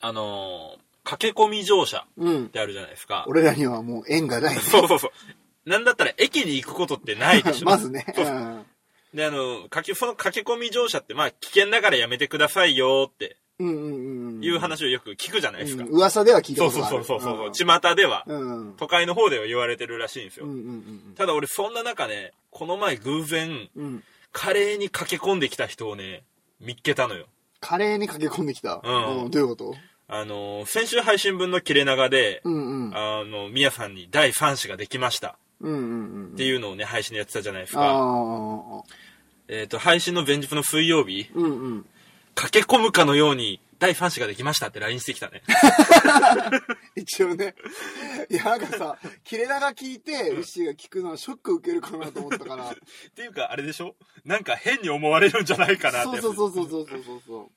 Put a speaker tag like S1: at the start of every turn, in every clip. S1: あのー駆け込み乗車
S2: うん
S1: っ。てあるじゃないですか。
S2: 俺らにはもう縁がない。
S1: そうそうそう。なんだったら駅に行くことってないでしょ。
S2: まずね。
S1: そう
S2: う
S1: そうんで、あの、かけ、その駆け込み乗車って、まあ、危険だからやめてくださいよって
S2: うんうんうん。
S1: いう話をよく聞くじゃないですか。
S2: うん噂では聞いた
S1: そうそう
S2: ことがあ
S1: そう
S2: る。
S1: そうそう。巷では、
S2: うん。うん。
S1: 都会の方では言われてるらしいんです
S2: う
S1: よ。
S2: んうん
S1: ただ俺、そんな中ね、この前偶然、
S2: うん。うん。
S1: カレーに駆け込んできた人をね、見っけたのよ。
S2: カレーに駆け込んできた。
S1: うん
S2: どういうこと
S1: あの、先週配信分の切れ長で、
S2: うんうん。
S1: あの、みやさんに第3子ができました
S2: うんうんうん。
S1: っていうのをね、配信でやってたじゃないです
S2: あ
S1: か。
S2: あ。
S1: えっと、配信の前日の水曜日、
S2: うんうん。
S1: 駆け込むかのように、第3子ができましたって LINE してきた ね。
S2: 一応ね。いや、なんかさ、切れ長聞いて、ウッシーが聞くのはショック受けるかなと思ったから。
S1: っていうか、あれでしょなんか変に思われるんじゃないかなってや
S2: そう
S1: つ。
S2: そうそうそうそうそうそう。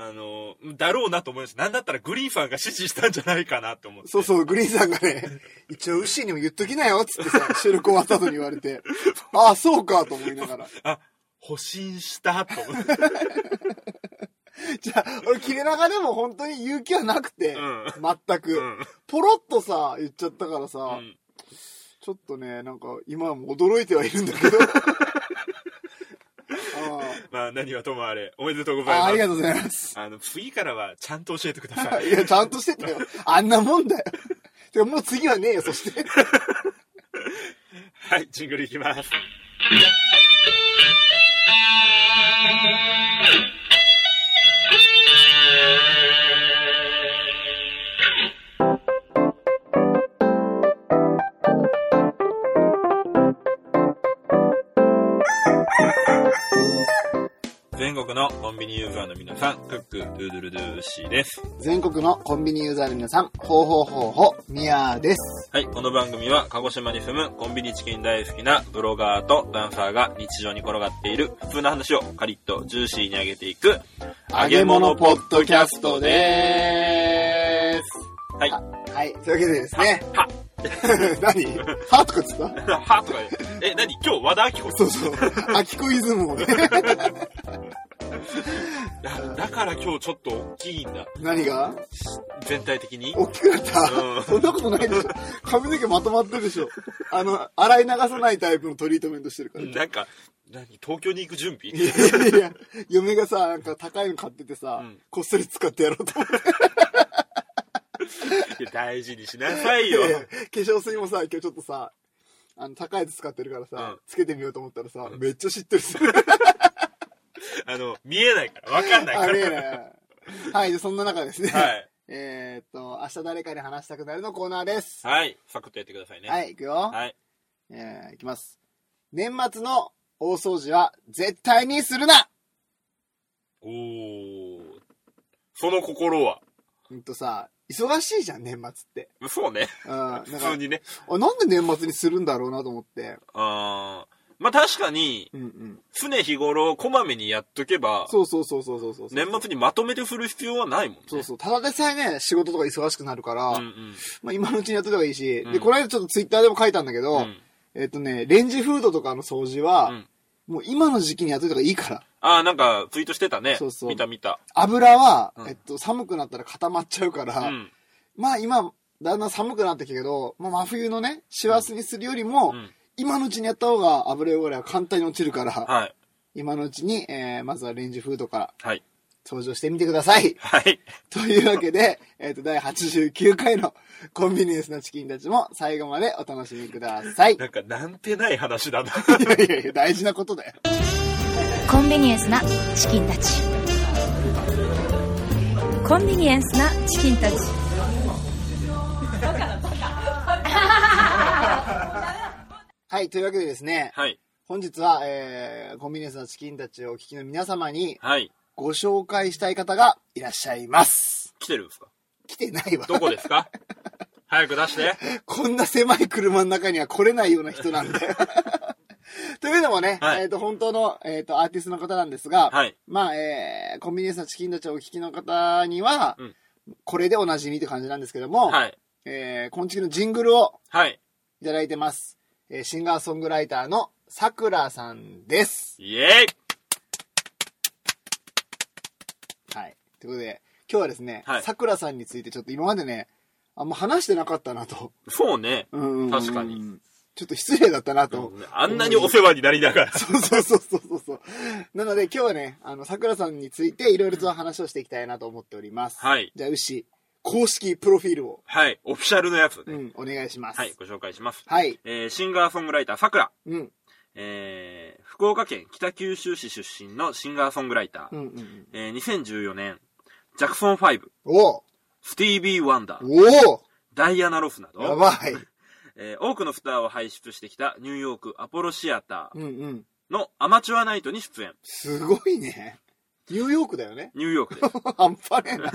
S1: あの、だろうなと思います。なんだったらグリーンさんが指示したんじゃないかなって思って。
S2: そうそう、グリーンさんが ね、一応、ウッシーにも言っときなよ、つってさ、収録終わった後に言われて、 ああ、そうか、と思いながら。
S1: あ、保身したと思って。
S2: じゃあ、俺、切れ長でも本当に勇気はなくて、
S1: うん
S2: 全く、
S1: うん
S2: ポロッとさ、言っちゃったからさ、
S1: うん
S2: ちょっとね、なんか、今も驚いてはいるんだ けど。あ
S1: まあ何はともあれ、おめでとうご
S2: あ
S1: ざいます。
S2: あありがとうございます。
S1: あの、次からはちゃんと教えてくだ さい。
S2: いや、ちゃんとしてたよ。あんなもんだよ。てか、もう次はねえよ、そ して。
S1: はい、ジングルいきます。全国のコンビニユーザーの皆さん、クック、ドゥードゥルドゥーシーです。
S2: 全国のコンビニユーザーの皆さん、ほうほうほうほう、みやーです。
S1: はい、この番組は鹿児島に住むコンビニチキン大好きなブロガーとダンサーが日常に転がっている普通の話をカリッとジューシーに上げてい く
S2: 揚げ物ポッドキャストでー
S1: す。はい。は、
S2: す。はい、というわけでですね。
S1: は、
S2: 何はとか言ってた
S1: はとか言うえ、何今日和田アキ子
S2: そうそう。アキコイズムをね。
S1: いやだから今日ちょっと大きいんだ。
S2: 何が
S1: 全体的に。
S2: 大きくなった、
S1: うん
S2: そんなことないでしょ。髪の毛まとまってるでしょ。あの、洗い流さないタイプのトリートメントしてるから。
S1: なんか、何東京に行く準備
S2: いやいやいや、嫁がさ、なんか高いの買っててさ、
S1: うん
S2: こっそり使ってやろうと思って。
S1: いや大事にしなさいよ。
S2: 化粧水もさ、今日ちょっとさ、あの、高いやつ使ってるからさ、
S1: うん
S2: つけてみようと思ったらさ、めっちゃ知ってるさ。
S1: あの、見えないから、わかんない
S2: あ
S1: か
S2: れや
S1: ら。
S2: ね。 はい、でそんな中ですね。
S1: はい。
S2: えーっと、明日誰かに話したくなるのコーナーです。
S1: はい。サクッとやってくださいね。。
S2: はいい、いくよ。
S1: はい。
S2: えー、いきます。年末の大掃除は絶対にするな
S1: おー。その心は。
S2: うんとさ、忙しいじゃん、年末って。
S1: そうね。
S2: うん。なん
S1: 普
S2: か
S1: 通にね。
S2: あなんで年末にするんだろうなと思って。
S1: あーまあ確かに、
S2: うんうん。
S1: 常日頃こまめにやっとけば、
S2: そうそうそうそうそうそう。
S1: 年末にまとめて振る必要はないもんね。
S2: そうそう。ただでさえね、仕事とか忙しくなるから、
S1: んうん。
S2: まあ今のうちにやっといた方がいいし、
S1: うん
S2: で、この間ちょっとツイッターでも書いたんだけど、
S1: うん
S2: えっとね、レンジフードとかの掃除は、
S1: うん
S2: もう今の時期にやっといた方がいいから。
S1: ああ、なんかツイートしてたね。
S2: そうそう
S1: 見た見た。
S2: 油は、
S1: うん
S2: えっと、寒くなったら固まっちゃうから、
S1: うん。
S2: まあ今、だんだん寒くなってきたけど、まあ真冬のね、師走にするより
S1: う
S2: も、
S1: ん
S2: 今のうちにやった方が油汚れは簡単に落ちるから、
S1: はい。
S2: 今のうちに、えー、まずはレンジフードから
S1: はい。
S2: 掃除をしてみてください。
S1: はい。
S2: というわけで、えっ、と、第89回のコンビニエンスのチキンたちも最後までお楽しみくだ さい。い
S1: なんか、なんてない話だな。
S2: やいやいや、大事なことだよ。
S3: コンビニエンスなチキンたちコンビニエンスなチキンたち
S2: はい、というわけでですね、
S1: はい。
S2: 本日は、えー、コンビニエンスのチキンたちをお聞きの皆様に
S1: はい。
S2: ご紹介したい方がいらっしゃいます。
S1: 来てるんですか
S2: 来てないわ。
S1: どこです か早く出して。
S2: こんな狭い車の中には来れないような人なんだよ。 というのもね、
S1: はい
S2: えっ、と、本当の、えっ、と、アーティストの方なんですが、
S1: はい
S2: まあ、えー、コンビニエンスのチキンたちをお聞きの方には、
S1: うん
S2: これでおなじみって感じなんですけども、
S1: はい。
S2: えー、こんちきのジングルを
S1: はい。
S2: いただいてます。えー、シンガーソングライターのさくらさんです。
S1: イエーイ
S2: はい。ということで、今日はですね
S1: はい
S2: さくらさんについてちょっと今までねあんま話してなかったなと、
S1: そうね。
S2: うんうんうん
S1: 確かに
S2: ちょっと失礼だったなと、
S1: あんなにお世話になりながら。
S2: そうそうそうそうそうそうなので今日はねあのさくらさんについていろいろと話をしていきたいなと思っております
S1: はい
S2: じゃあ牛公式プロフィールを、
S1: はい。オフィシャルのやつね、
S2: うん、お願いします
S1: はい。ご紹介します。
S2: はい
S1: えーシンガーソングライター、さくら。
S2: うん
S1: えー福岡県北九州市出身のシンガーソングライター。
S2: うんうんうん
S1: えー2014年、ジャクソン5、
S2: おう
S1: スティービー・ワンダー、
S2: お
S1: ダイアナ・ロスな
S2: おや
S1: ど、
S2: ばい
S1: えー多くのスターを輩出してきたニューヨークアポロシアタ
S2: うんうん
S1: ーのアマチュアナイトに出演。
S2: すごいねニューヨークだよね
S1: ニューヨークで。
S2: 半端ねえな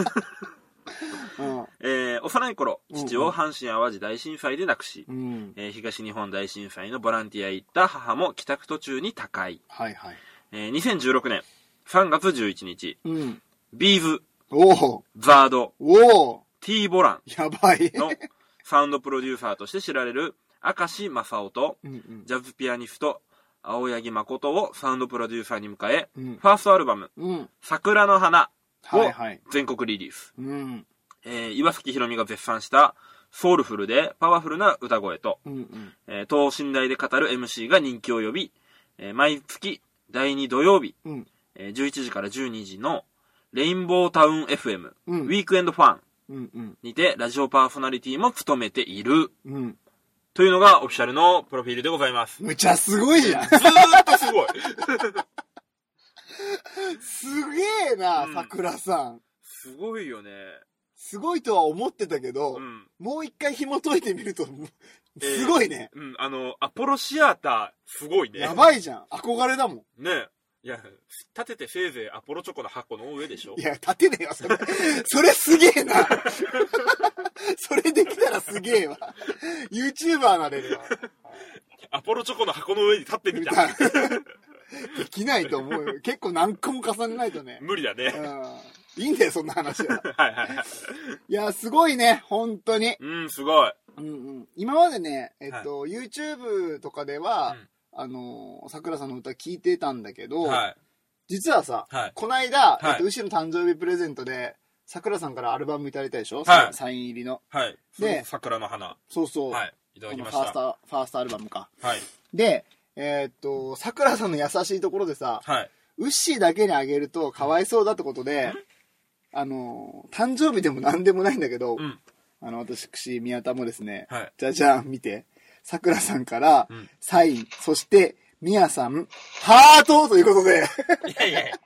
S2: うん
S1: えー幼い頃、父を阪神・淡路大震災で亡くし、
S2: うん。
S1: えー東日本大震災のボランティアへ行った母も帰宅途中に他界。
S2: はいはい。
S1: えー2016年3月11日、
S2: うん。
S1: ビーズ、
S2: おお
S1: ザード、
S2: おお
S1: T ボラ
S2: やばい
S1: ン。のサウンドプロデューサーとして知られる明石正夫と、
S2: うんうん。
S1: ジャズピアニスト、青柳誠をサウンドプロデューサーに迎え、
S2: うん
S1: ファーストアルバム、
S2: うん。
S1: 桜の花
S2: は
S1: を
S2: いはい。
S1: 全国リリース。
S2: うん。
S1: えー岩崎宏美が絶賛したソウルフルでパワフルな歌声と、
S2: うんうん。
S1: えー等身大で語る MC が人気を呼び、えー毎月第2土曜日、
S2: うん。
S1: えー11時から12時のレインボータウン FM、
S2: うん
S1: ウィークエンドファン
S2: うんうん。
S1: にてラジオパーソナリティも務めている
S2: うん。
S1: というのがオフィシャルのプロフィールでございます。
S2: むちゃすごいじゃん。
S1: ずーっとすごい。
S2: すげえな
S1: うん、
S2: 桜さん。
S1: すごいよね。
S2: すごいとは思ってたけど
S1: う、ん。
S2: もう一回紐解いてみると、
S1: えー
S2: すごいね。
S1: うん、あの、アポロシアター、すごいね。
S2: やばいじゃん。憧れだもん。
S1: ねいや、立ててせいぜいアポロチョコの箱の上でしょ
S2: いや、立てねえわ、それ。それすげえな。それできたらすげえわ。YouTuber なれるわ。
S1: アポロチョコの箱の上に立ってみ
S2: み
S1: た。
S2: たい できないと思うよ。結構何個も重ねないとね。
S1: 無理だね。
S2: うん。いいんだよ、そんな話は。
S1: はいはいはい。
S2: いや、すごいね、本当に。
S1: うん、すごい。
S2: うんうん。今までね、えっと、YouTube とかでは、あの、桜さんの歌聞いてたんだけど、
S1: はい。
S2: 実はさ、
S1: はい
S2: こないだ、
S1: はい
S2: えっと、牛の誕生日プレゼントで、桜さんからアルバムいただいたでしょ、
S1: はい
S2: サイン入りの。
S1: はい。
S2: で
S1: 桜の花。
S2: そうそう。
S1: はい。いただ
S2: こ
S1: き
S2: の
S1: ま
S2: フ
S1: し
S2: ァー
S1: た。
S2: スト、ファーストアルバムか。
S1: はい。
S2: で、えっと、桜さんの優しいところでさ、
S1: はい。
S2: ウッシーだけにあげるとかわいそうだってことで、あの、誕生日でも何でもないんだけど、
S1: うん。
S2: あの、私、宮田もですね、
S1: はい
S2: じゃじゃん、見て、さくらさんから
S1: ん、
S2: サイン、そして、みやさん、ハートということで、
S1: いやいやいや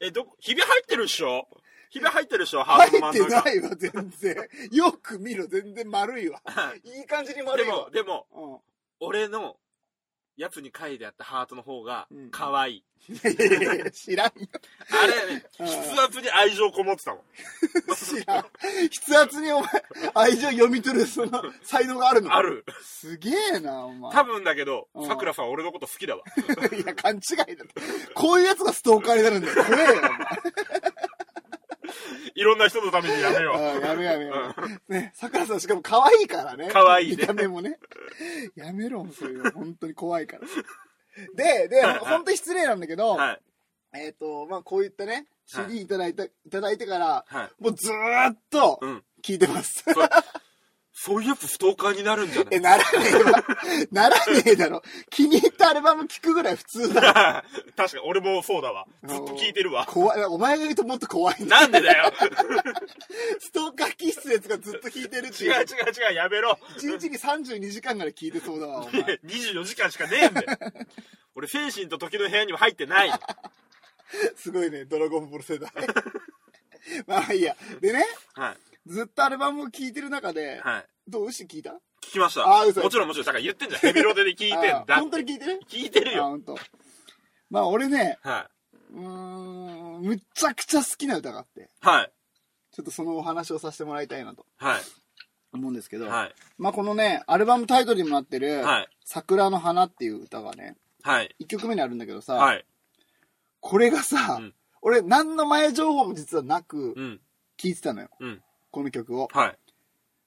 S1: え、どこ、ひび入ってるっしょひび入ってるっしょハートの
S2: 入
S1: 真
S2: っ
S1: ん
S2: て
S1: 中。
S2: ないわ、全然。よく見ろ、全然丸いわ。 いい感じに
S1: で
S2: 丸いわ
S1: も、。でも、
S2: うん
S1: 俺のやつに書いてあったハートの方が
S2: うん
S1: 可愛い。
S2: いやいやいや知らんよ。
S1: あれね、
S2: うん
S1: 筆圧に愛情こもってたもん。
S2: 知らん。筆圧にお前、愛情読み取る、その、才能があるの。
S1: あ。る。
S2: すげえな、お前。
S1: 多分だけど
S2: う、ん
S1: さくらさん俺のこと好きだわ。
S2: いや、勘違いだって。こういうやつがストーカーになるんだよ。怖えよ、
S1: いろんな人のためにやめ
S2: お
S1: よ
S2: 前。うんやめよやめよ。ね、桜さんしかも可愛いからね。
S1: 可愛いね
S2: 見た目もね。やめろ、そういうの。本当に怖いから。で、で、ほん本当に失礼なんだけ
S1: う。
S2: ど、
S1: はい。
S2: えっ、と、まあ、こういったね、
S1: はい
S2: CD いただいた、いただいてから、
S1: はい。
S2: もうずーっと
S1: うん。
S2: 聞いてます。
S1: そそういうやつストーカーになるんじゃな
S2: え、
S1: い
S2: ならねえわ。ならねえだろ。気に入ったアルバム聞くぐらい普通だ ろ。
S1: 確かに俺もそうだわ。ずっと聞いてるわ。
S2: 怖い。お前が言うともっと怖いな。
S1: なんでだ よ
S2: ストーカー気質のやつがずっと聞いてるって
S1: 違う
S2: い
S1: 違う
S2: う。
S1: 違う、やめろ。
S2: 一日に32時間ぐらい聞いてそうだわ、お
S1: いや
S2: 前。
S1: 24時間しかねえんだよ。俺、精神と時の部屋にも入ってない。
S2: すごいね、ドラゴンボール世代。 まあいいや。でね、
S1: はい。
S2: ずっとアルバムを聴いてる中で、
S1: はい。
S2: どうし聞いた
S1: 聞きました。
S2: あー嘘
S1: もちろんもちろん。だから言ってんじゃん。ヘビロテで聞いてんだ
S2: あ。本当に聞いてる
S1: 聞いてる
S2: あ、
S1: よ。
S2: 本当。まあ俺ね、
S1: は
S2: うーん、むちゃくちゃ好きな歌があって、
S1: い。はい。
S2: ちょっとそのお話をさせてもらいたいなと
S1: は
S2: 思うんですけ
S1: い。
S2: ど、
S1: はい。
S2: まあこのね、アルバムタイトルにもなってる、
S1: はい
S2: 桜の花っていう歌がね、
S1: はい。
S2: 1曲目にあるんだけどさ、
S1: はい。
S2: これがさ、
S1: うん
S2: 俺何の前情報も実はなく
S1: うん。
S2: 聴いてたのよ、
S1: うん。
S2: この曲を。
S1: はい。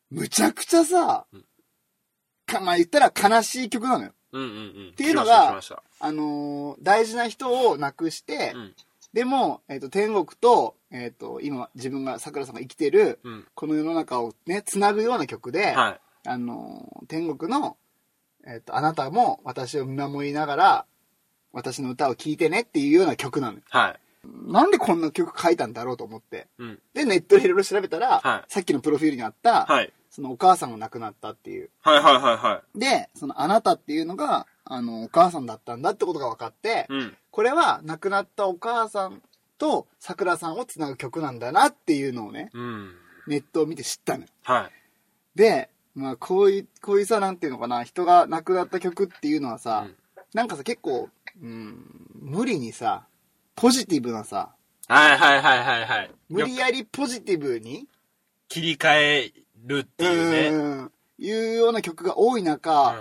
S2: むちゃくちゃさ、
S1: うん
S2: かまあ言ったら悲しい曲なのよ。
S1: うんうんうん。って
S2: いうの
S1: 聞き
S2: が
S1: ました。
S2: あのー大事な人を亡くして、
S1: うん
S2: でも、えっと天国と,、えっと今自分がさくらさんが生きてる
S1: うん。
S2: この世の中をねつなぐような曲で、
S1: はい。
S2: あの天国の、えっとあなたも私を見守りながら私の歌を聴いてねっていうような曲なのよ
S1: はい。
S2: なんでこんな曲書いたんだろうと思って
S1: うん。
S2: でネットでいろいろ調べたら、
S1: は
S2: さっきのプロフィールにあった、
S1: はい。
S2: そのお母さんも亡くなったっていう
S1: はいはいはいは
S2: でそのあなたっていうのがあのお母さんだったんだってことが分かって、
S1: い。うん。
S2: これは亡くなったお母さんとさくらさんをつなぐ曲なんだなっていうのをね
S1: うん。
S2: ネットを見て知ったのよ
S1: はい。
S2: で、まあ、こういうこういうさなんていうのかな人が亡くなった曲っていうのはさ、
S1: うん
S2: なんかさ結構、うん、無理にさポジティブなさ
S1: はいはいはいはいはい。
S2: 無理やりポジティブに
S1: 切り替えるっていうね。
S2: うんいうような曲が多い中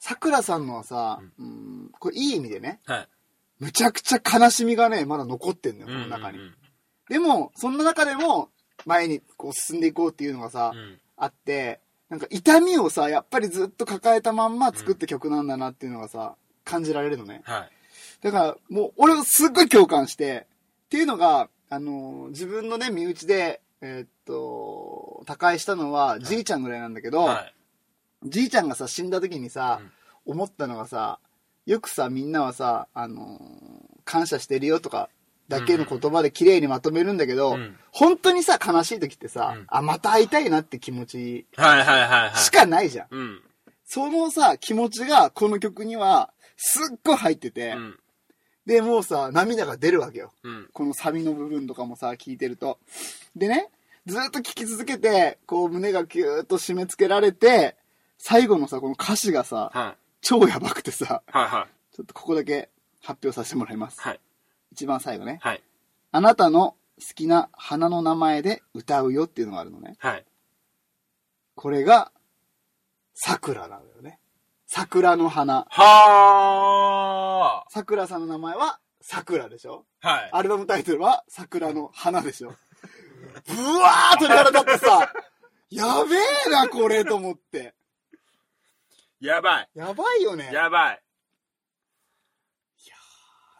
S2: さくらさんのはさ、うん、これいい意味でね
S1: はい。
S2: むちゃくちゃ悲しみがねまだ残ってんのよこの中に。でも、そんな中でも、前にこう進んでいこうっていうのがさ、
S1: うん。
S2: あって、なんか痛みをさ、やっぱりずっと抱えたまんま作った曲なんだなっていうのがさ、感じられるのね。
S1: はい。
S2: だから、もう、俺はすっごい共感して、っていうのが、あのー自分のね、身内で、えーっと、他界したのは、じいちゃんぐらいなんだけど、
S1: はい。
S2: じいちゃんがさ、死んだ時にさ、思ったのがさ、よくさ、みんなはさ、あのー感謝してるよとか、だけの言葉で綺麗にまとめるんだけ
S1: う
S2: ど、
S1: ん
S2: 本当にさ、悲しい時ってさ、
S1: うん
S2: あ、また会いたいなって気持ち
S1: はいはいはいはい。
S2: しかないじゃん。
S1: うん。
S2: そのさ、気持ちがこの曲には、すっごい入ってて、
S1: うん。
S2: で、もうさ、涙が出るわけよ。
S1: うん。
S2: このサビの部分とかもさ、聞いてると。でね、ずっと聴き続けて、こう胸がギューッと締め付けられて、最後のさ、この歌詞がさ、
S1: はい。
S2: 超やばくてさ、
S1: はいはい。
S2: ちょっとここだけ発表させてもらいます。
S1: はい。
S2: 一番最後ね。
S1: はい。
S2: あなたの好きな花の名前で歌うよっていうのがあるのね。
S1: はい。
S2: これが、桜なのよね。桜の花。
S1: は
S2: 桜さんの名前は桜でしょ
S1: ーはい。
S2: アルバムタイトルは桜の花でしょぶわーっと鳥肌立ってさ、やべえな、これと思って。
S1: やばい。
S2: やばいよね。
S1: やばい。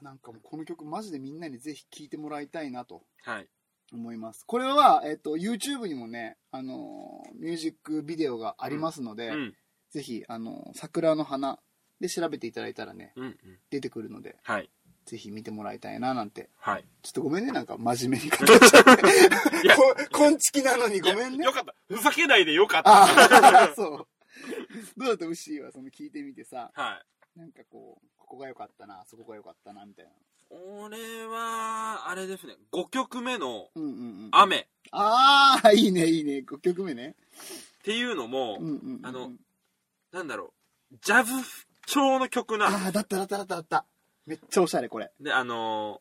S2: なんかもうこの曲マジでみんなにぜひ聴いてもらいたいなと。
S1: はい。
S2: 思います。これは、えっと、YouTube にもね、あのーミュージックビデオがありますので、
S1: うん。
S2: ぜひ、あのー桜の花で調べていただいたらね、
S1: うんうん。
S2: 出てくるので、
S1: はい。
S2: ぜひ見てもらいたいななんて。
S1: はい。
S2: ちょっとごめんね、なんか真面目に語っちゃって。
S1: いや
S2: こ、こんちきなのにごめん
S1: いや
S2: ね
S1: よ。かった。ふざけないでよかった。
S2: ああ、そう。どうだったウッシーはその聞いてみてさ、
S1: はい。
S2: なんかこう、ここが良かったな、そこが良かったな、みたいな。
S1: 俺は、あれですね、5曲目の
S2: うんうんうん。あ
S1: 雨っ
S2: あ、いいね、いいね。5曲目ね。
S1: ていうのも、
S2: うんうんうん、うん。
S1: あのなんだろう、ジャズ調の曲な
S2: あ。あ、だっただっただっただった。めっちゃおしゃれ、これ。
S1: で、あの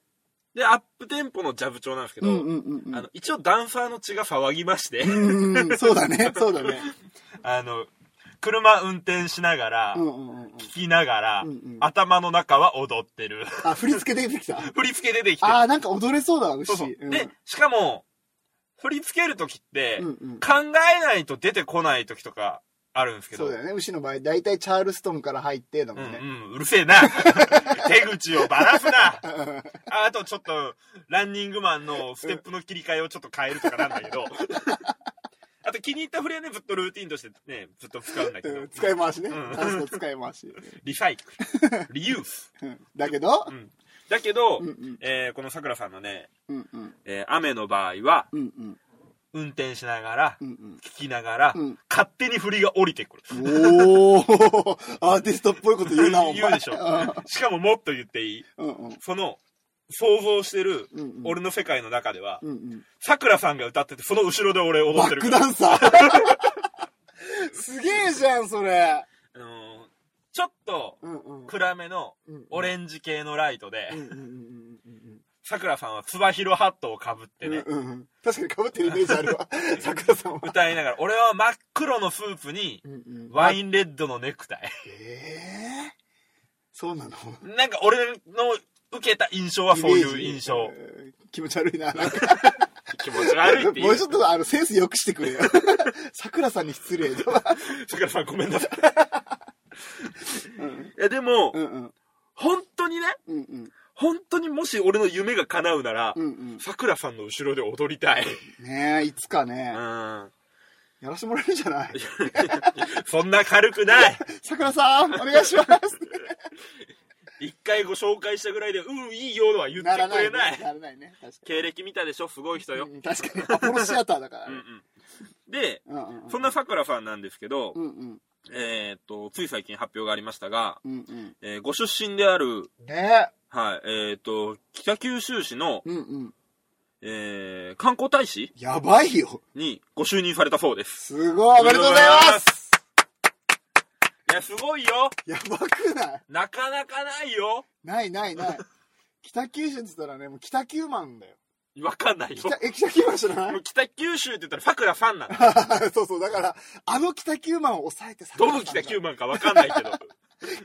S1: ーで、アップテンポのジャブ調なんですけど、
S2: うんうんうんうん。
S1: あの、一応ダンサーの血が騒ぎまして、
S2: うんうんうん、そうだね、そうだね。
S1: あの、車運転しながら、
S2: うんうんうんうん。
S1: 聞きながら、
S2: うんうん
S1: 頭の中は踊ってる。
S2: あ、振り付け出てきた。
S1: 振り付け出てきて。
S2: あー、なんか踊れそうだわ、牛。
S1: そうそう。
S2: ん
S1: で、しかも、振り付けるときって、
S2: うんうん。
S1: 考えないと出てこないときとかあるんですけど、
S2: そうだよね、牛の場合、大体チャールストンから入って、だもん
S1: う
S2: ね。
S1: んうん、うるせえな。 手口をばらすな。あとちょっと、ランニングマンのステップの切り替えをちょっと変えるとかなんだけど。あと気に入ったフレはね、ずっとルーティンとしてね、ずっと使うんだけ
S2: う
S1: ど
S2: ん。使い回しね。
S1: うん
S2: 炭素使い回し。
S1: リサイクル。リユース。
S2: うんだけど
S1: う、ん。だけど、
S2: うんうん
S1: えーこのさくらさんのね、
S2: うんうん。
S1: えー雨の場合は、
S2: うんうん。
S1: 運転しながら、
S2: うんうん。
S1: 聞きながら、
S2: うん
S1: 勝手に振りが降りてくる。
S2: おー、アーティストっぽいこと言うな、お前。
S1: 言うでしょしかももっと言っていい
S2: うんうん。
S1: その、想像してる
S2: うんうん、
S1: 俺の世界の中では
S2: う、んうん。
S1: さくらさんが歌ってて、その後ろで俺踊
S2: バ
S1: って
S2: ッ
S1: る
S2: ク
S1: から。
S2: ダンサ ーすげえじゃん、それ。
S1: あのーちょっと
S2: うんうん。
S1: 暗めの
S2: うん
S1: オレンジ系のライトで
S2: うん、うんうんうんうん
S1: さくらさんはつばひろハットをかぶってね、
S2: うんうん、確かにかぶってるイメージある わ桜さんは、
S1: 歌いながら、俺は真っ黒のスーツに、
S2: うんうん、
S1: ワインレッドのネクタイ。
S2: ええそうなの
S1: なんか俺の受けた印象はそういう印象。
S2: えー気持ち悪いななんか
S1: 気持ち悪いってい
S2: も
S1: う
S2: うち。ょっとあのセンスよくしてくれよ 桜さんに失礼だわ
S1: さくらさんごめんなさい。いやでも
S2: う、んうん
S1: 本当にね、
S2: うんうん
S1: 本当にもし俺の夢が叶うなら
S2: うんうん。
S1: さくらさんの後ろで踊りたい
S2: ねえ、いつか
S1: う
S2: ね、
S1: ん
S2: やらせてもらえるんじゃない
S1: そんな軽くない
S2: 桜さん、お願い します。
S1: 一回ご紹介したぐらいでうんいいよとは言って
S2: なら
S1: く
S2: ない
S1: れ
S2: ね。
S1: ない
S2: ならないね。確
S1: 経歴見たでしょすごい人
S2: か
S1: よ
S2: に。うん確かに。アポロシアターだから
S1: うんう
S2: ね。
S1: んで
S2: うんうんうん。
S1: そんなさくらさんなんですけど、
S2: うんうん。
S1: えーっとつい最近発表がありましたが、
S2: うんうん。
S1: えーご出身である
S2: ね
S1: はいえーっと北九州市の、
S2: うんうん。
S1: えー観光大使
S2: やばいよ。
S1: にご就任されたそうです
S2: すごい、おめでとうございます。
S1: いやすごいよ
S2: やばくない
S1: なかなかないよ
S2: ないない ない。北九州って言ったらね、もう北九万だよ。
S1: わかんないよ
S2: 北え、北九万知らな
S1: もう
S2: い
S1: 北九州って言ったらさくらさんなんだ
S2: そうそう、だから、あの北九万を抑えてさ
S1: どの北九万かわかんないけど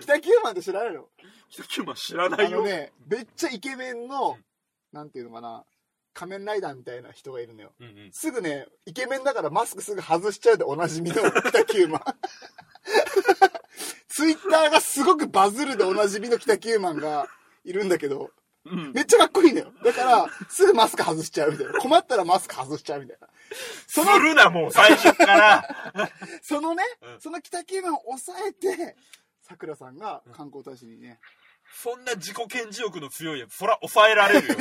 S2: 北九万って知らないの
S1: 北九万知らな
S2: あ
S1: いよ
S2: のね、めっちゃイケメンの、なんていうのかな、仮面ライダーみたいな人がいるのよ。
S1: うんうん
S2: すぐね、イケメンだからマスクすぐ外しちゃうでおなじみの北九万。 ツイッターがすごくバズるでおなじみの北九万がいるんだけど、
S1: うん
S2: めっちゃかっこいいのよ。だから、すぐマスク外しちゃうみたいな。困ったらマスク外しちゃうみたいな。そ
S1: す
S2: の、
S1: るなもう最初 から
S2: そのね
S1: う、ん
S2: その北九万を抑えて、さくらさんが観光大使にね、
S1: そんな自己顕示欲の強いやつそら抑えられるよ
S2: い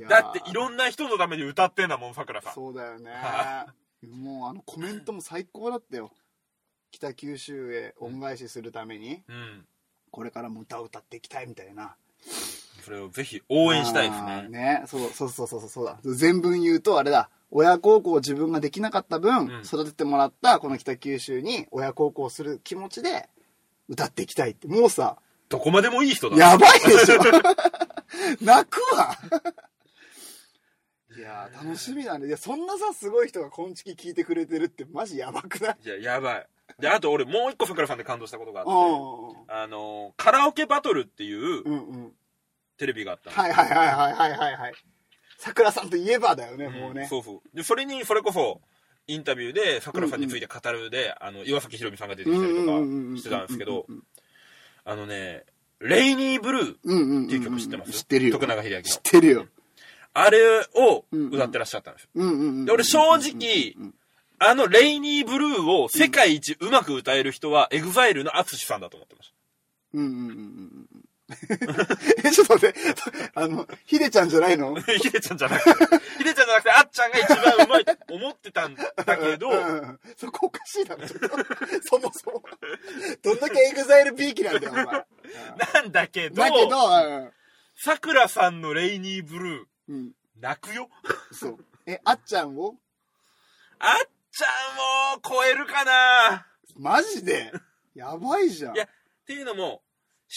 S2: やー
S1: だっていろんな人のために歌ってんだもんさくらさん
S2: そうだよね
S1: は。
S2: もうあのコメントも最高だったよ。北九州へ恩返しするために、
S1: うん
S2: これからも歌を歌っていきたいみたいな。
S1: それをぜひ応援したいです
S2: あー
S1: ね
S2: ね。そうそうそうそうそうだ。全文言うとあれだ。親孝行を自分ができなかった
S1: う
S2: 分、
S1: ん
S2: 育ててもらったこの北九州に親孝行する気持ちで歌っていきたいって。もうさ、
S1: どこまでもいい人だ
S2: やばいでしょ 泣くわいやー楽しみだねいやそんなさすごい人が「こんちき」聞いてくれてるってマジやばくない
S1: いややばいであと俺もう一個さくらさんで感動したことがあっ
S2: う
S1: て
S2: ん
S1: あのカラオケバトルっていう
S2: うんうん
S1: テレビがあったの
S2: はいはいはいはいはいはいはいさくらさんといえばだよね、
S1: うん
S2: もうね
S1: そうそうでそれにそれこそインタビューでさくらさんについて語るで、あの岩崎宏美さんが出てきたりとかしてたんですけど
S2: うん
S1: あのね「レイニーブルー」っ
S2: うんうんうん
S1: ていう曲知ってます、
S2: 知ってるよ
S1: 徳永英明の
S2: 知ってるよ
S1: あれを歌ってらっしゃったんですよ、
S2: うんうんうん
S1: で俺正直
S2: うんうん
S1: あの「レイニーブルー」を世界一うまく歌える人は EXILE の ATSUSHI さんだと思ってました
S2: うんうんうんうんうん うんえちょっと待って あのヒデちゃんじゃないの
S1: ヒデちゃんじゃ なくてヒデちゃんじゃなくてあっちゃんが一番うまいと思ってたんだけど、
S2: うんうんそこおかしいだろ、ちょっとそもそも。どんだけエグザイルビーキなんだよ、お前。
S1: なんだけど
S2: だけど、
S1: さくらさんの「レイニーブルー
S2: うん、うん、」
S1: 泣くよ
S2: そう。え、あっちゃんを
S1: あっちゃんを超えるかな
S2: マジでやばいじゃん。
S1: いやっていうのも、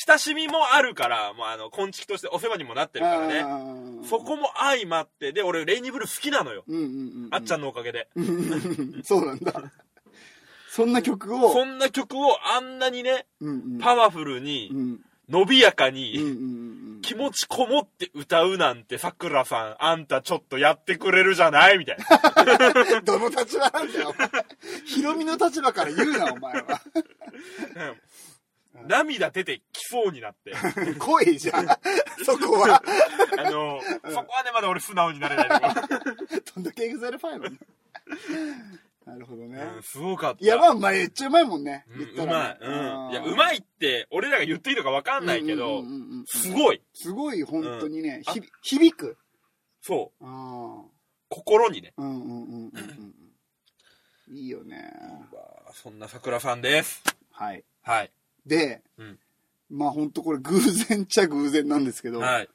S1: 親しみもあるから、もうあの、昆虫としてお世話にもなってるからね。
S2: ね
S1: そ、こも相まって、で、俺、レイニーブルー好きなのよ。
S2: うんうんうん。
S1: あっちゃ
S2: ん。
S1: んのおかげで。
S2: そうなんだ。そんな曲を、
S1: そんな曲をあんなにね、
S2: うんうん。
S1: パワフル
S2: う
S1: に、
S2: ん
S1: 伸びやか
S2: うんうんう
S1: に、
S2: ん
S1: 気持ちこもって歌うなんて、さくらさん、あんたちょっとやってくれるじゃないみたいな。
S2: うん。どの立場なんだよ、お前ヒロミの立場から言うな、お前は。
S1: うん涙出てきそうになって。
S2: 来いじゃん。そこは。
S1: あの、そこはね、まだ俺素直になれないとこ
S2: どんだけエグザイルファイル なるほどね。
S1: うんすごかった。
S2: いや、まあ、まあ、めっちゃうまいもんね。
S1: うん
S2: 言っ
S1: う
S2: た
S1: まい
S2: ら、ね、
S1: うん、いや
S2: ん
S1: うまいって俺らが言っていいのか分かんないけど、
S2: うんうんうんうん
S1: すごい
S2: すごい、本当にね、
S1: うん
S2: ひび響く。
S1: そう
S2: あ
S1: 心にね
S2: あ、うんうんうんうんうんうん。いいよね。
S1: そんな桜さんです
S2: はい。
S1: はい
S2: で、
S1: うん
S2: まあ、本当これ偶然っちゃ偶然なんですけど、
S1: はい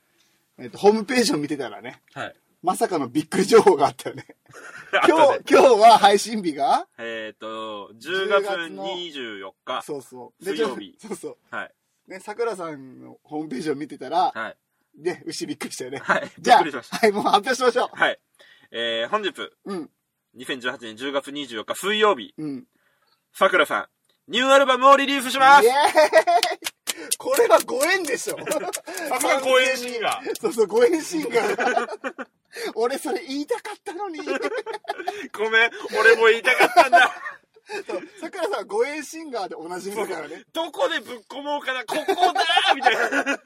S2: えっと、ホームページを見てたらね、
S1: はい
S2: まさかのびっくり情報があったよね。
S1: あ
S2: 今
S1: とね
S2: 日、今日は配信日が
S1: えっ、と10月
S2: 10の
S1: 24日
S2: そうそう。
S1: 水曜日
S2: ちょそうそ
S1: はい、
S2: う。ね、さくらさんのホームページを見てたら、
S1: はい、
S2: ね、牛びっくりしたよね。
S1: はい
S2: じゃ あ、
S1: びっくりしました
S2: はい、もう発表しましょ
S1: はいえー、本日
S2: う。うん、
S1: 2018年10月24日水曜日
S2: うん。
S1: 桜さんニューアルバムをリリースしま
S2: イ
S1: す
S2: エーイこれはご縁でしょ
S1: さすがご縁シンガー
S2: そうそう、ご縁シンガー。 俺それ言いたかったのに。
S1: ごめん俺も言いたかったんだ
S2: そう桜さんは護衛シンガーでおなじみだからね。
S1: どこでぶっ込もうかな、ここだーみたいな。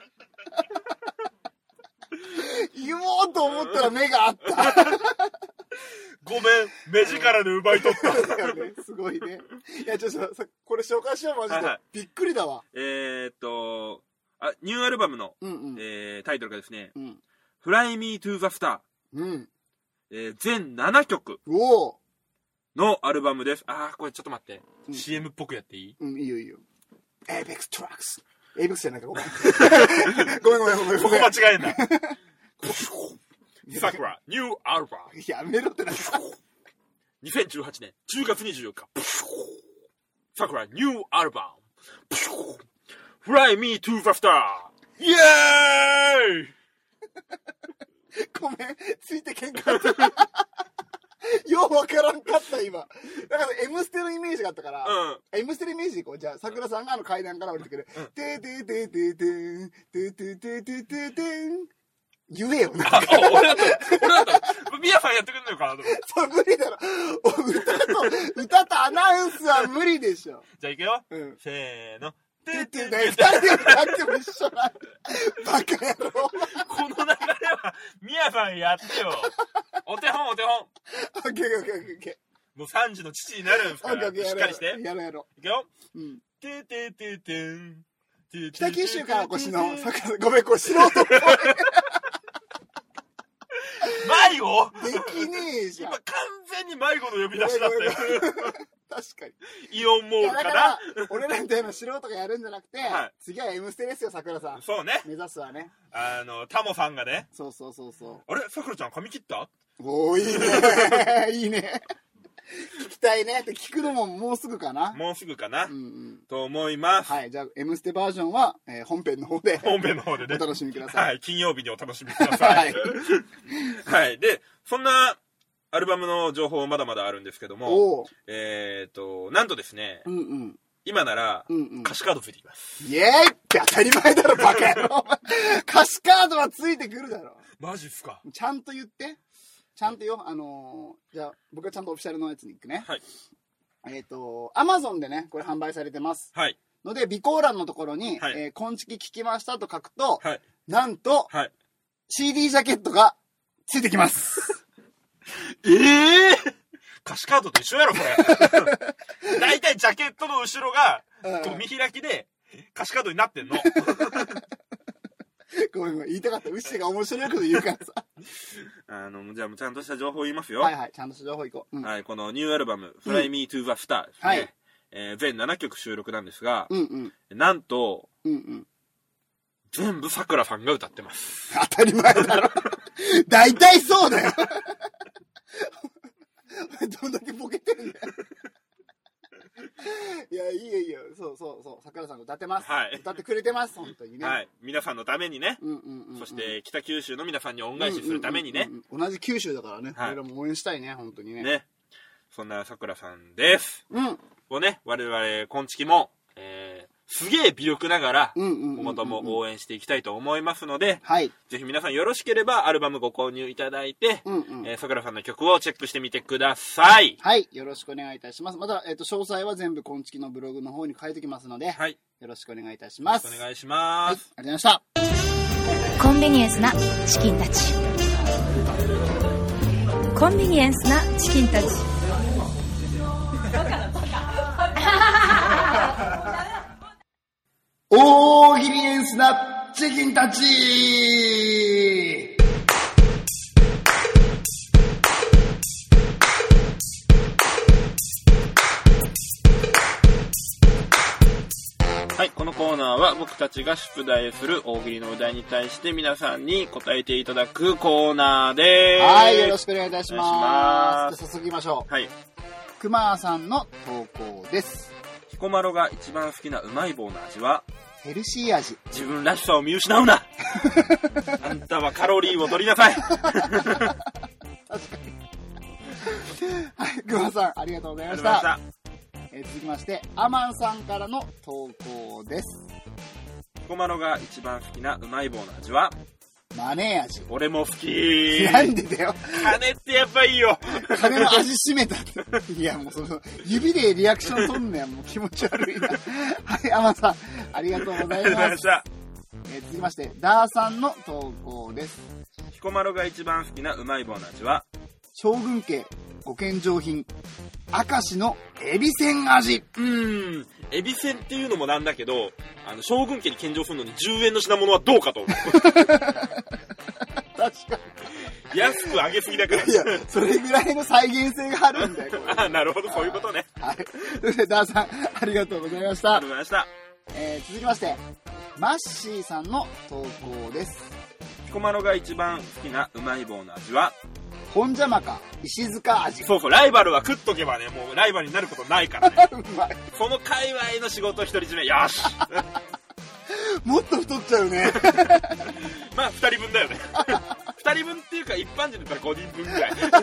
S2: 言おうと思ったら目があった。
S1: ごめん、目力で奪い取った。
S2: だからね、すごいね。いや、ちょっとさ、これ紹介しよう、マジ
S1: はいは
S2: で
S1: い。
S2: びっくりだわ。
S1: えーっと、あ、ニューアルバムの、
S2: うんうん。
S1: えータイトルがですね、
S2: うん。
S1: Fly Me to the Star、
S2: うん。
S1: えー全7曲
S2: おお。
S1: のアルバムです。あー、これちょっと待って。
S2: うん
S1: CM っぽくやっていい
S2: うん、いいよいいよ。エイペックストラックス。エイペックスじゃないか、ご めん。ごめんごめんごめん
S1: そこ
S2: ごめん
S1: 間。違えん な。さくら、ニューアルバム。
S2: やめろってな。
S1: 2018年10月24日。さくら、ニューアルバム。Fly Me to the Star! イエーイ
S2: ごめん。ついてけんかった。ようわからんかった、今。だから、M ステのイメージがあったから。
S1: うん。
S2: M ステのイメージでいこう。じゃあ、桜さんがあの階段から降りてくる。てーてーてーてーてーん。てーてーてーてーてーてーん。言えよな。
S1: あ、俺だった。俺だった。ミヤさんやってくんのよかなと思って
S2: そう、無理だろ。お歌と、歌とアナウンスは無理でしょ。
S1: じゃあいくよ。
S2: うん。
S1: せーの。
S2: てーてーてー、二人で歌っても一緒なんだ。バカ野郎。
S1: この流れは、ミヤさんや ってよ。お手本お手本。
S2: オッケーオッケーオッケーオッケ
S1: もう3時の父になるんです
S2: ー。
S1: か
S2: オッケーオ
S1: ら。
S2: ッケー
S1: しっかりして。
S2: やろうやろ
S1: いくよ。
S2: う。うん。
S1: ててててん。
S2: 北九州からお越しの桜さん、ごめん、これ素人っ
S1: 迷子
S2: ぽい。できねえじゃん。
S1: 今
S2: 確
S1: 完全に迷子の呼び出しだったよ。
S2: かに。
S1: イオンモ
S2: い
S1: ー
S2: や
S1: ルか
S2: だから
S1: な。、
S2: 俺らみたいな素人がやるんじゃなくて、
S1: はい
S2: 次は M ステですよ、桜さん。
S1: そうね。
S2: 目指すわね。
S1: あの、タモさんがね。
S2: そうそうそうそ
S1: あれさくらちゃん髪切った
S2: う。おー、いいね。 いいね。聞きたいねって聞くのももうすぐかな。
S1: もうすぐかな
S2: うんうん。
S1: と思います。
S2: はい、じゃあ、M ステバージョンは、えー本編の方で、
S1: 本編の方で
S2: お
S1: ね。
S2: 楽しみください。
S1: はい、金曜日にお楽しみください。
S2: は
S1: はい。で、そんなアルバムの情報まだまだあるんですけども、
S2: おお
S1: えっ、と、なんとですね
S2: う、んうん。
S1: 今なら
S2: うんうん
S1: 歌詞カードついてきます。
S2: イエーイって当たり前だろ、バカ野郎。 歌詞カードはついてくるだろ。
S1: マジっすか
S2: ちゃんと言って。ちゃんとよ、あのーじゃあ、僕はちゃんとオフィシャルのやつに行くね。
S1: はい。
S2: えっ、と、アマゾンでね、これ販売されてます。
S1: はい。
S2: ので、備考欄のところに、
S1: はい
S2: えー、昆虫聞きましたと書くと、
S1: はい。
S2: なんと、
S1: はい。
S2: CD ジャケットがついて きます。
S1: ええ歌詞カードと一緒やろ、こ れ。大体ジャケットの後ろが、
S2: うん
S1: こう見開きで、歌詞カードになってんの。
S2: ごめんごめん、言いたかった。ウッシーが面白いこと言うからさ。
S1: あの、じゃあ、ちゃんとした情報言いますよ。
S2: は
S1: はいい、
S2: はい、ちゃんとした情報いこう。うん、
S1: このニューアルバム、Fly Me to the Star ですね。
S2: はい
S1: えー全7曲収録なんですが、
S2: うんうん。
S1: なんと、
S2: うんうん。
S1: 全部さくらさんが歌ってます。
S2: 当たり前だろ。大体そうだよ。 どんだけボケてんだよ。 いや、いいよいいよ。そうそうそう。桜さんが歌ってます。
S1: はい
S2: 歌ってくれてます、本当にね。
S1: はい。皆さんのためにね、
S2: うんうんうんうん。
S1: そして北九州の皆さんに恩返しするために
S2: う
S1: ね
S2: んう、んうんうん。同じ九州だからね。
S1: はい
S2: 俺らも応援したいね、本当にね。
S1: ね。そんなさくらさんです。
S2: うん。うん
S1: をね、我々、こんちきも、えー、すげえ微力ながら、
S2: うんうんうんうん
S1: 今後とも応援していきたいと思いますので、
S2: はい。
S1: ぜひ皆さんよろしければアルバムご購入いただいて
S2: うんうん、
S1: えーさくらさんの曲をチェックしてみてください。
S2: はい。よろしくお願いいたします。また、えっ、と、詳細は全部、こんちきのブログの方に書いてきますので、
S1: はい。
S2: よろしくお願いいたし
S1: よろ
S2: ま
S1: し
S2: す。
S1: くお願いします。
S2: ありがとうございました。
S3: コンビニエンスなチキンたちコンビニエンスなチキンたち
S2: 大喜利エンスなチキンたち
S1: はい、このコーナーは僕たちが出題する大喜利のお題に対して皆さんに答えていただくコーナーです。
S2: はい、よろしくお願いいたし
S1: お願
S2: ま
S1: いします
S2: す。じゃあ早速行きましょ
S1: はい。
S2: う。くまさんの投稿です。
S1: 彦摩呂が一番好きなうまい棒の味は、
S2: ヘルシー味。
S1: 自分らしさを見失 うなあんたはカロリーを取りなさい
S2: はい、くまさん、ありがとうござい
S1: ありがとうございま
S2: ました
S1: し。た。
S2: えー続きまして、アマンさんからの投稿です。
S1: 彦摩呂が一番好きなうまい棒の味は、
S2: マネー味。
S1: 俺も好き
S2: なんでだよ。
S1: 金ってやっぱいいよ
S2: 金の味しめたって。いや、もうその、指でリアクション取んのや、もう気持ち悪いな。はい、アマンさん、ありがとうござ
S1: あ
S2: い
S1: りがとうござい
S2: ま
S1: ますし。た
S2: えー続きまして、ダーさんの投稿です。
S1: 彦摩呂が一番好きなうまい棒の味は
S2: 将軍家ご献上品、明石のエビせん味。
S1: うーんエビせんっていうのもなんだけどあの将軍家に献上するのに10円の品物はどうかと思
S2: 確か
S1: う安く上げすぎだから
S2: に。いや、それぐらいの再現性があるんだよ、こ れ。
S1: あなるほどそういうことね
S2: はい。ということで、ダーさん、ありがとうございまし
S1: あ
S2: た
S1: りがとう。ございました
S2: えー続きまして、マッシーさんの投稿です。
S1: 彦摩呂が一番好きなうまい棒の味は
S2: 本邪魔か、石塚味。
S1: そうそうライバルは食っとけばねもうライバルになることないから ね
S2: うまい。
S1: その界隈の仕事を独り占め よし
S2: もっと太っちゃうね。
S1: まあ2人分だよね2 人分っていうか一般人だったら5人分ぐ らいありが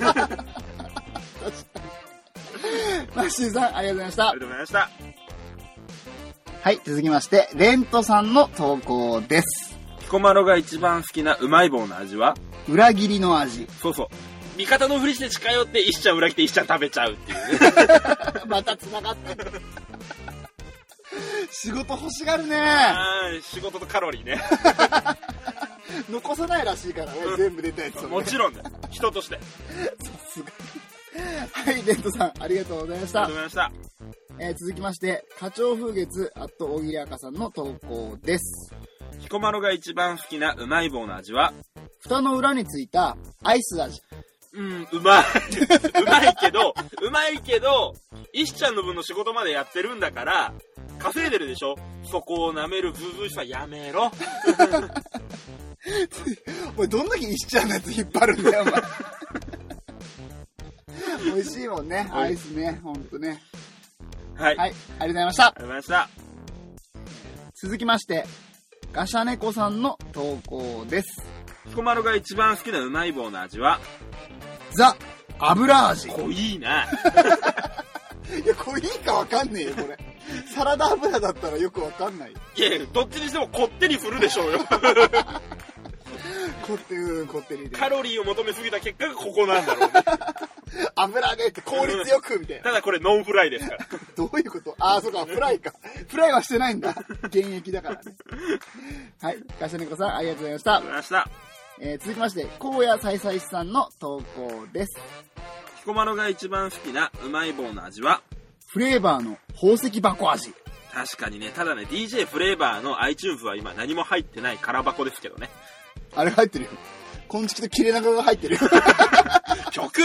S2: マッシーさん、ありがとうございました
S1: とう。ございました
S2: はい、続きまして、レントさんの投稿です。
S1: 彦摩呂が一番好きなうまい棒の味は
S2: 裏切りの味。
S1: そうそう味方のふりして近寄って石ちゃん裏切って石ちゃん食べちゃうっていうね
S2: また繋がってる。仕事欲しがるね。
S1: あー仕事とカロリー ね
S2: 残さないらしいからね、全部出たやつをね
S1: もちろんだよ人としてあり
S2: すごいはい、レントさん、ありがとうございまし
S1: が
S2: た
S1: とう。ございました
S2: えー続きまして、課長風月、あと、小木赤さんの投稿です。
S1: 彦摩呂が一番好きなうまい棒の味は
S2: 蓋の裏についたアイス味。
S1: うん、うまい。うまいけど、 うまいけど、石ちゃんの分の仕事までやってるんだから、稼いでるでしょそこを舐めるブーブーしはやめ ろ。
S2: おい、どんだけ石ちゃんのやつ引っ張るんだよ、お 前。美味しいもんね、アイスね、ほんとね。
S1: はい。
S2: は
S1: ありが
S2: い、ありがとうございました。
S1: とうございました。
S2: 続きまして、ガシャネコさんの投稿です。
S1: 彦摩呂が一番好きなうまい棒の味は、
S2: ザ、油味。
S1: 濃い な。
S2: いや、これいいかわかんねえよ、これ。サラダ油だったらよくわかんないよ。
S1: いやいや、どっちにしてもこってり振るでしょうよ。
S2: こって、うん、こってりで。
S1: カロリーを求めすぎた結果がここなんだろうね。
S2: 油でって効率よく、みたいな。
S1: ただこれノンフライですから。
S2: どういうことああ、そうか、フライか。フライはしてないんだ。現役だからね。はい、ガシャネコさん、ありがとうございました
S1: ありがとうござ。いました。
S2: えー続きまして、荒野再々さんの投稿です。
S1: 彦摩呂が一番好きなうまい棒の味は、
S2: フレーバーの宝石箱味。
S1: 確かにね、ただね、DJ フレーバーの iTunes は今何も入ってない空箱ですけどね。
S2: あれ入ってるよ。昆虫と切れ長が入ってるよ。
S1: 曲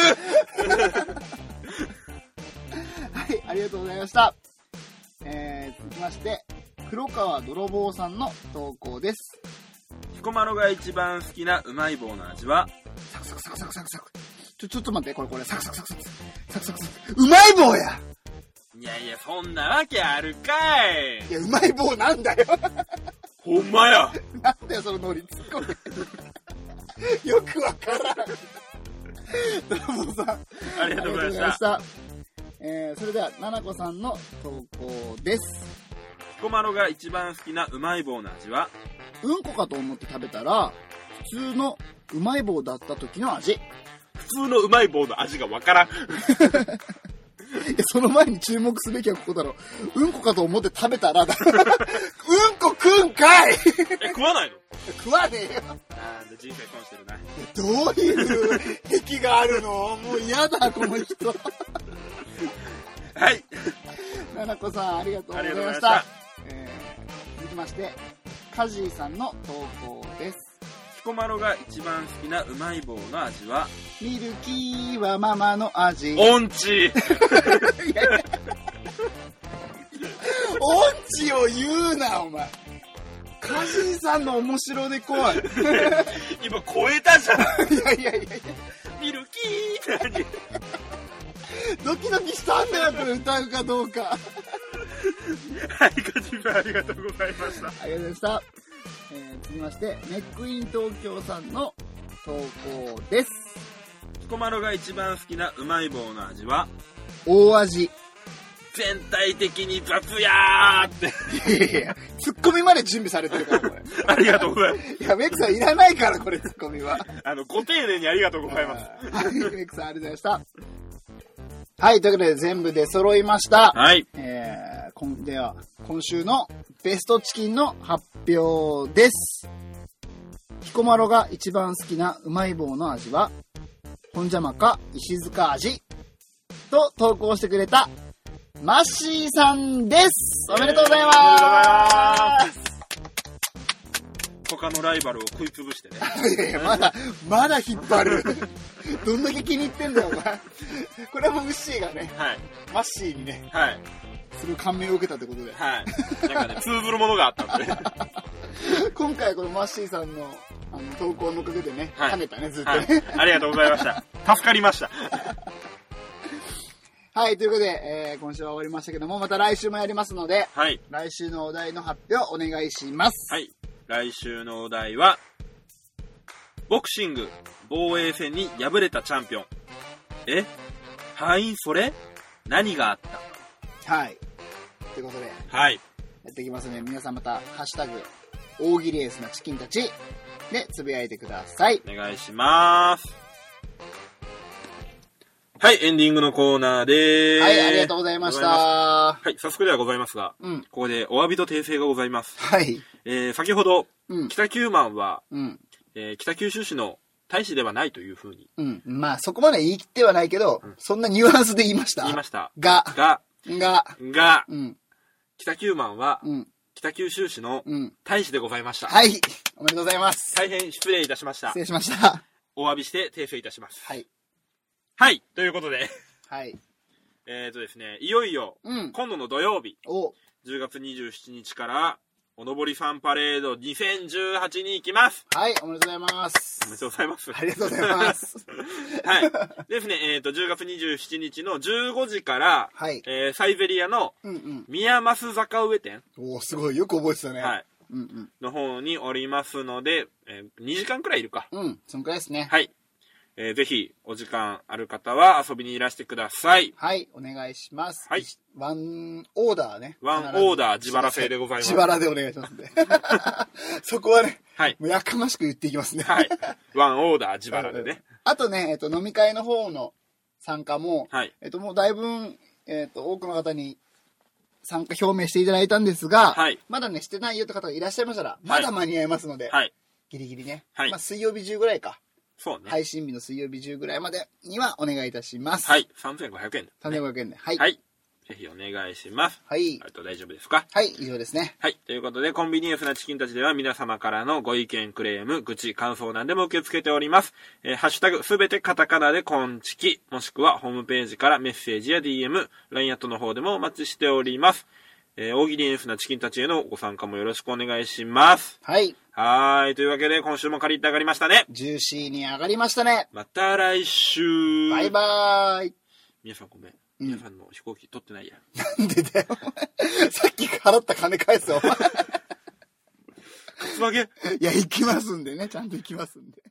S2: はい、ありがとうございました。えー、続きまして、黒川泥棒さんの投稿です。
S1: 彦摩呂が一番好きなうまい棒の味は
S2: サクサクサクサクサクサク。ちょ、ちょっと待って、これこれ、サクサクサクサクサク。サクサクサク。うまい棒や
S1: いやいや、そんなわけあるかい
S2: いや、うまい棒なんだよ。
S1: ほんまや
S2: なんだよ、そのノリ。突っ込んで。 よくわからん。泥棒さん。
S1: ありがとうございました。
S2: た。えー、それでは、ななこさんの投稿です。
S1: 彦摩呂が一番好きなうまい棒の味は
S2: うんこかと思って食べたら、普通のうまい棒だった時の味。
S1: 普通のうまい棒の味がわからん。
S2: いやその前に注目すべきはここだろう。うんこかと思って食べたらだ ろ。うんこ食うんかい
S1: え、食わないの
S2: 食わねえよ。
S1: なんで人生損してるな。
S2: どういう癖があるのもう嫌だ、この人。
S1: はい。
S2: ななこさん、ありがとうございま
S1: あ
S2: した
S1: りがと。
S2: えー、続きまして、カジーさんの投稿です。
S1: 彦摩呂が一番好きなうまい棒の味は
S2: ミルキーはママの味。
S1: オンチ
S2: オンチを言うな、お前。カジーさんの面白で怖 い。い
S1: 今超えたじゃん
S2: やいやいやい
S1: ミルキーって
S2: や、ドキドキしたんだよ、これ歌うかどうか。
S1: 何はい、ご自分ありがとうございました。
S2: ありがとうございました。えー、続きまして、ネックイン東京さんの投稿です。
S1: 彦摩呂が一番好きなうまい棒の味は
S2: 大味。
S1: 全体的に雑やーって。
S2: いやいや、ツッコミまで準備されてるから、これ。
S1: ありがとうございます。
S2: いや、メイクさんいらないから、これ、ツッコミは。
S1: あの、ご丁寧にありがとうございます。
S2: はい、メイクさんありがとうございました。はい、ということで全部で揃いました。
S1: はい。
S2: えー、こんでは、今週のベストチキンの発表です。彦摩呂が一番好きなうまい棒の味は、本邪魔か石塚味と投稿してくれたマッシーさんです。おめでとうございま
S1: お
S2: す。
S1: めでとうございます。他のライバルを食い潰してね。
S2: いやいや、まだ、まだ引っ張る。 どんだけ気に入ってんだよ、お前。これはもうウッシーがね、
S1: はい。
S2: マッシーにね、
S1: はい。
S2: すごい感銘を受けたってことで。
S1: はい。なんかね、通ずるものがあったんで。
S2: 今回このマッシーさんのあの投稿のおかげでね、
S1: はい
S2: 跳ねたね、ずっと
S1: は
S2: ね。はい
S1: い。ありがとうございました。助かりました。、
S2: ということで、えー今週は終わりましたけども、また来週もやりますので、
S1: はい。
S2: 来週のお題の発表お願いします。
S1: はい。来週のお題は、ボクシング、防衛戦に敗れたチャンピオン。え敗因それ何があっ
S2: はい。ということで、や
S1: たはい。
S2: っていきますね。皆さんまた、ハッシュタグ、大喜利エースなチキンたちでつぶやいてください。
S1: お願いします。はい、エンディングのコーナーでーす。
S2: はい、ありがとうございまし
S1: ございま
S2: た
S1: す。。はい、早速ではございますが、
S2: うん
S1: ここでお詫びと訂正がございます。
S2: はい。
S1: えー、先ほど、
S2: うん。
S1: 北九万は、
S2: うん。
S1: えー北九州市の大使ではないというふうに
S2: うん。まあ、そこまで言い切ってはないけど、そんなニュアンスで言いました。
S1: 言いました。
S2: が、
S1: が、
S2: が、
S1: が、
S2: うん。
S1: 北九万は、
S2: うん。
S1: 北九州市の
S2: うん。
S1: 大使でございました。
S2: はい。おめでとうございます。
S1: 大変失礼いたしました
S2: 失。礼しました。
S1: お詫びして訂正いたします。
S2: はい。
S1: はい、ということで、
S2: はい。
S1: えーとですね、いよいよ、
S2: うん。
S1: 今度の土曜日、
S2: お、
S1: 10月27日から、おのぼりファンパレード2018に行きます
S2: はい。おめでとうございま。
S1: おめですとうございます。
S2: ありがとうございま。す。
S1: はい。ですね、えっ、と、10月27日の15時から、
S2: はい
S1: えーサイゼリアの
S2: うんうん。
S1: 宮益坂上店、
S2: おすごい。よく覚えてたね。
S1: はい、
S2: うん
S1: の方におりますので、えー2時間くらいいるか。
S2: うん。うん。そんくらいですね。
S1: はい。えーぜひ、お時間ある方は遊びにいらしてください。
S2: はい。お願いします。
S1: はい。
S2: ワンオーダーね。
S1: ワンオーダー自腹制でございます
S2: 自腹でお願いしますんで。 そこはね、
S1: はい
S2: もうやかましく言っていきますね。
S1: はい。ワンオーダー自腹でね。
S2: あとね、えっと、飲み会の方の参加も、
S1: はい
S2: えっと、もうだいぶん、えっと、多くの方に参加表明していただいたんですが、
S1: はい
S2: まだね、してないよって方がいらっしゃいましたら、まだ間に合いますので、
S1: はい。
S2: ギリギリね、
S1: はい
S2: まあ、水曜日中ぐらいか、
S1: そうね。はい。
S2: 配信日の水曜日中ぐらいまでにはお願いいたします。
S1: は。い、3500円で。
S2: 3500円で。はい。
S1: はい。ぜひお願いします。
S2: はい
S1: あ。と大丈夫ですか
S2: はい、以上ですね。
S1: はい。ということで、コンビニエンスなチキンたちでは皆様からのご意見、クレーム、愚痴、感想なんでも受け付けております。えーハッシュタグ、すべてカタカナでコンチキ、もしくはホームページからメッセージや DM、LINE アットの方でもお待ちしております。えー大喜利エンスなチキンたちへのご参加もよろしくお願いします。
S2: はい。
S1: はーい。というわけで、今週も借りて上がりましたね。
S2: ジューシーに上がりましたね。
S1: また来週。
S2: バイバーイ。
S1: 皆さんごめん。皆さんの飛行機取ってないや。
S2: なんでだよ、 お前さっき払った金返すよ、お前
S1: カツアゲ
S2: いや、行きますんでね。ちゃんと行きますんで。